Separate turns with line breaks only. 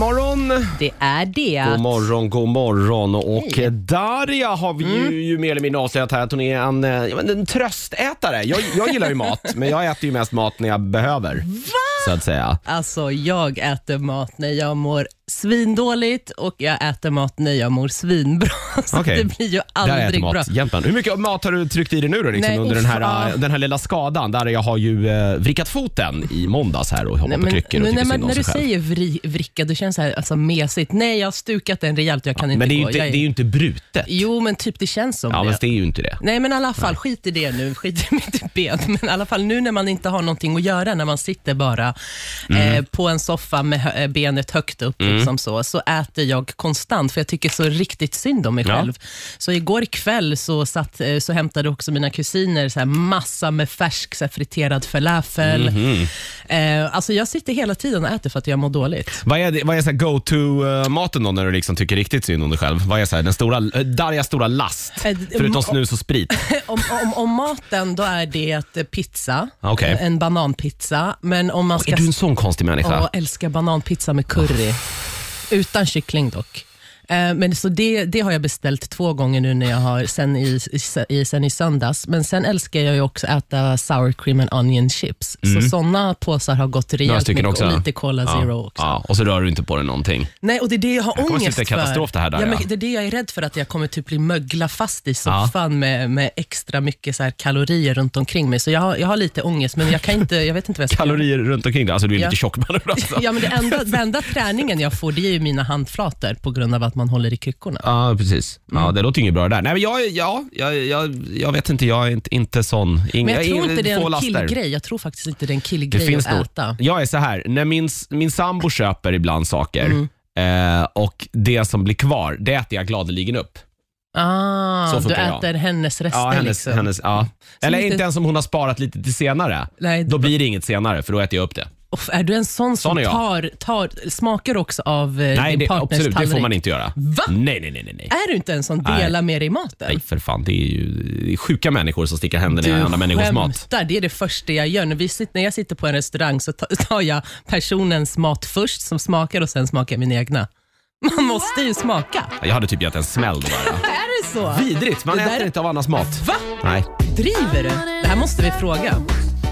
Powermorgon!
Det är det.
God morgon, god morgon. Och eh, Darja har vi
Mm.
ju, ju mer eller mindre avslöjat här att hon är en, eh, ja, men en tröstätare. Jag, jag gillar ju mat, men jag äter ju mest mat när jag behöver. Så att säga.
Alltså, jag äter mat när jag mår svindåligt och jag äter mat när jag mår svinbra. Så
Okej.
det blir ju
Där äter
aldrig bra.
mat jämt. Hur mycket mat har du tryckt i dig nu då, liksom,
Nej,
under
uff,
den här,
ja.
eh, den här lilla skadan? Där jag har ju eh, vrickat foten i måndags här och hoppat
Nej,
på
men,
kryckor och
men,
tycker
nej, men
synd om
när
sig
du
själv.
säger vri, vricka, det känns så här, alltså, mesigt. Nej, jag har stukat den rejält. Jag kan inte
Men det är ju
gå.
inte,
jag
det är ju inte brutet.
Jo, men typ det känns som
Ja, men
det.
det är ju inte det.
Nej, men i alla fall, skit i det nu. Skit i mitt ben. Men i alla fall nu när man inte har någonting att göra, när man sitter bara
Mm.
eh, på en soffa med hö- eh, benet högt upp, liksom så, så äter jag konstant, för jag tycker så riktigt synd om mig
Ja.
själv. Så igår kväll så, satt, eh, så hämtade också mina kusiner så här massa med färsk så här, friterad falafel.
Mhm.
Eh, alltså jag sitter hela tiden och äter för att jag mår dåligt.
Vad är, det- vad är så här go-to-maten då när du liksom tycker riktigt synd om dig själv? Vad är så här, den stora, eh, Darjas stora last?
Eh, d-
Förutom
ma-
snus och sprit.
om, om, om maten, då är det att, eh, pizza.
Ah, Okej.
En bananpizza. Men om man ska...
Är du en sån konstig människa?
Ja, älskar bananpizza med curry. Utan kyckling dock. Eh, Men så det, det har jag beställt två gånger nu när jag har, sen, i, i, sen i söndags. Men sen älskar jag ju också att äta sour cream and onion chips. Så såna påsar har gått
Mm. Några
rejält
stycken
mycket
också?
och lite Cola
ja.
Zero också.
Ja, och så rör du inte på dig någonting.
Nej, och det är det jag har
kommer
ångest
sitta i katastrof
för.
det här, Darja.
ja, men det är det jag är rädd för, att jag kommer typ bli mögla fast i soffan med, med extra mycket så här kalorier runt omkring mig. Så jag har, jag har lite ångest, men jag, kan inte, jag vet inte vad jag ska göra.
Kalorier runt omkring dig. Alltså du är
Ja.
lite tjock man. Alltså.
Ja, men det enda, den enda träningen jag får det är ju mina handflator på grund av att man håller i kryckorna.
Ja, precis.
Mm.
Ja, det låter inget bra det där. Nej, men jag, ja, jag, jag, jag vet inte, jag är inte, inte sån. Inga,
Men jag tror
ing-
inte det är
få
en
laster.
killgrej. Jag tror faktiskt inte det är en
Det
killgrej
finns
att
nog.
äta.
Jag är så här, när min, min sambo köper ibland
Mm.
saker eh, och det som blir kvar, det äter jag gladeligen upp.
Ah,
Så
du
funkar jag.
äter hennes rester
Ja, hennes,
liksom.
hennes, ja. Eller
lite-
inte ens om hon har sparat lite till senare.
Nej,
Då
då
blir det inget senare, för då äter jag upp det.
Off, är du en sån
Sån är jag.
som tar, tar, smakar också av eh,
Nej,
din
det,
partners
absolut, det
tallrik?
får man inte göra.
Va?
Nej, nej, nej, nej. nej.
Är du inte en som
Nej.
delar med dig i maten?
Nej, för fan. Det är ju det är sjuka människor som sticker händerna i
Du
andra människors mat.
skämtar. Det är det första jag gör. När, vi sitter, när jag sitter på en restaurang så ta- tar jag personens mat först som smakar och sen smakar jag min egna. Man måste ju smaka.
Jag hade typ gett en smäll då bara.
Är det så?
Vidrigt, man
Det där-
äter inte av annans mat.
Va?
Nej.
Driver du? Det här måste vi fråga.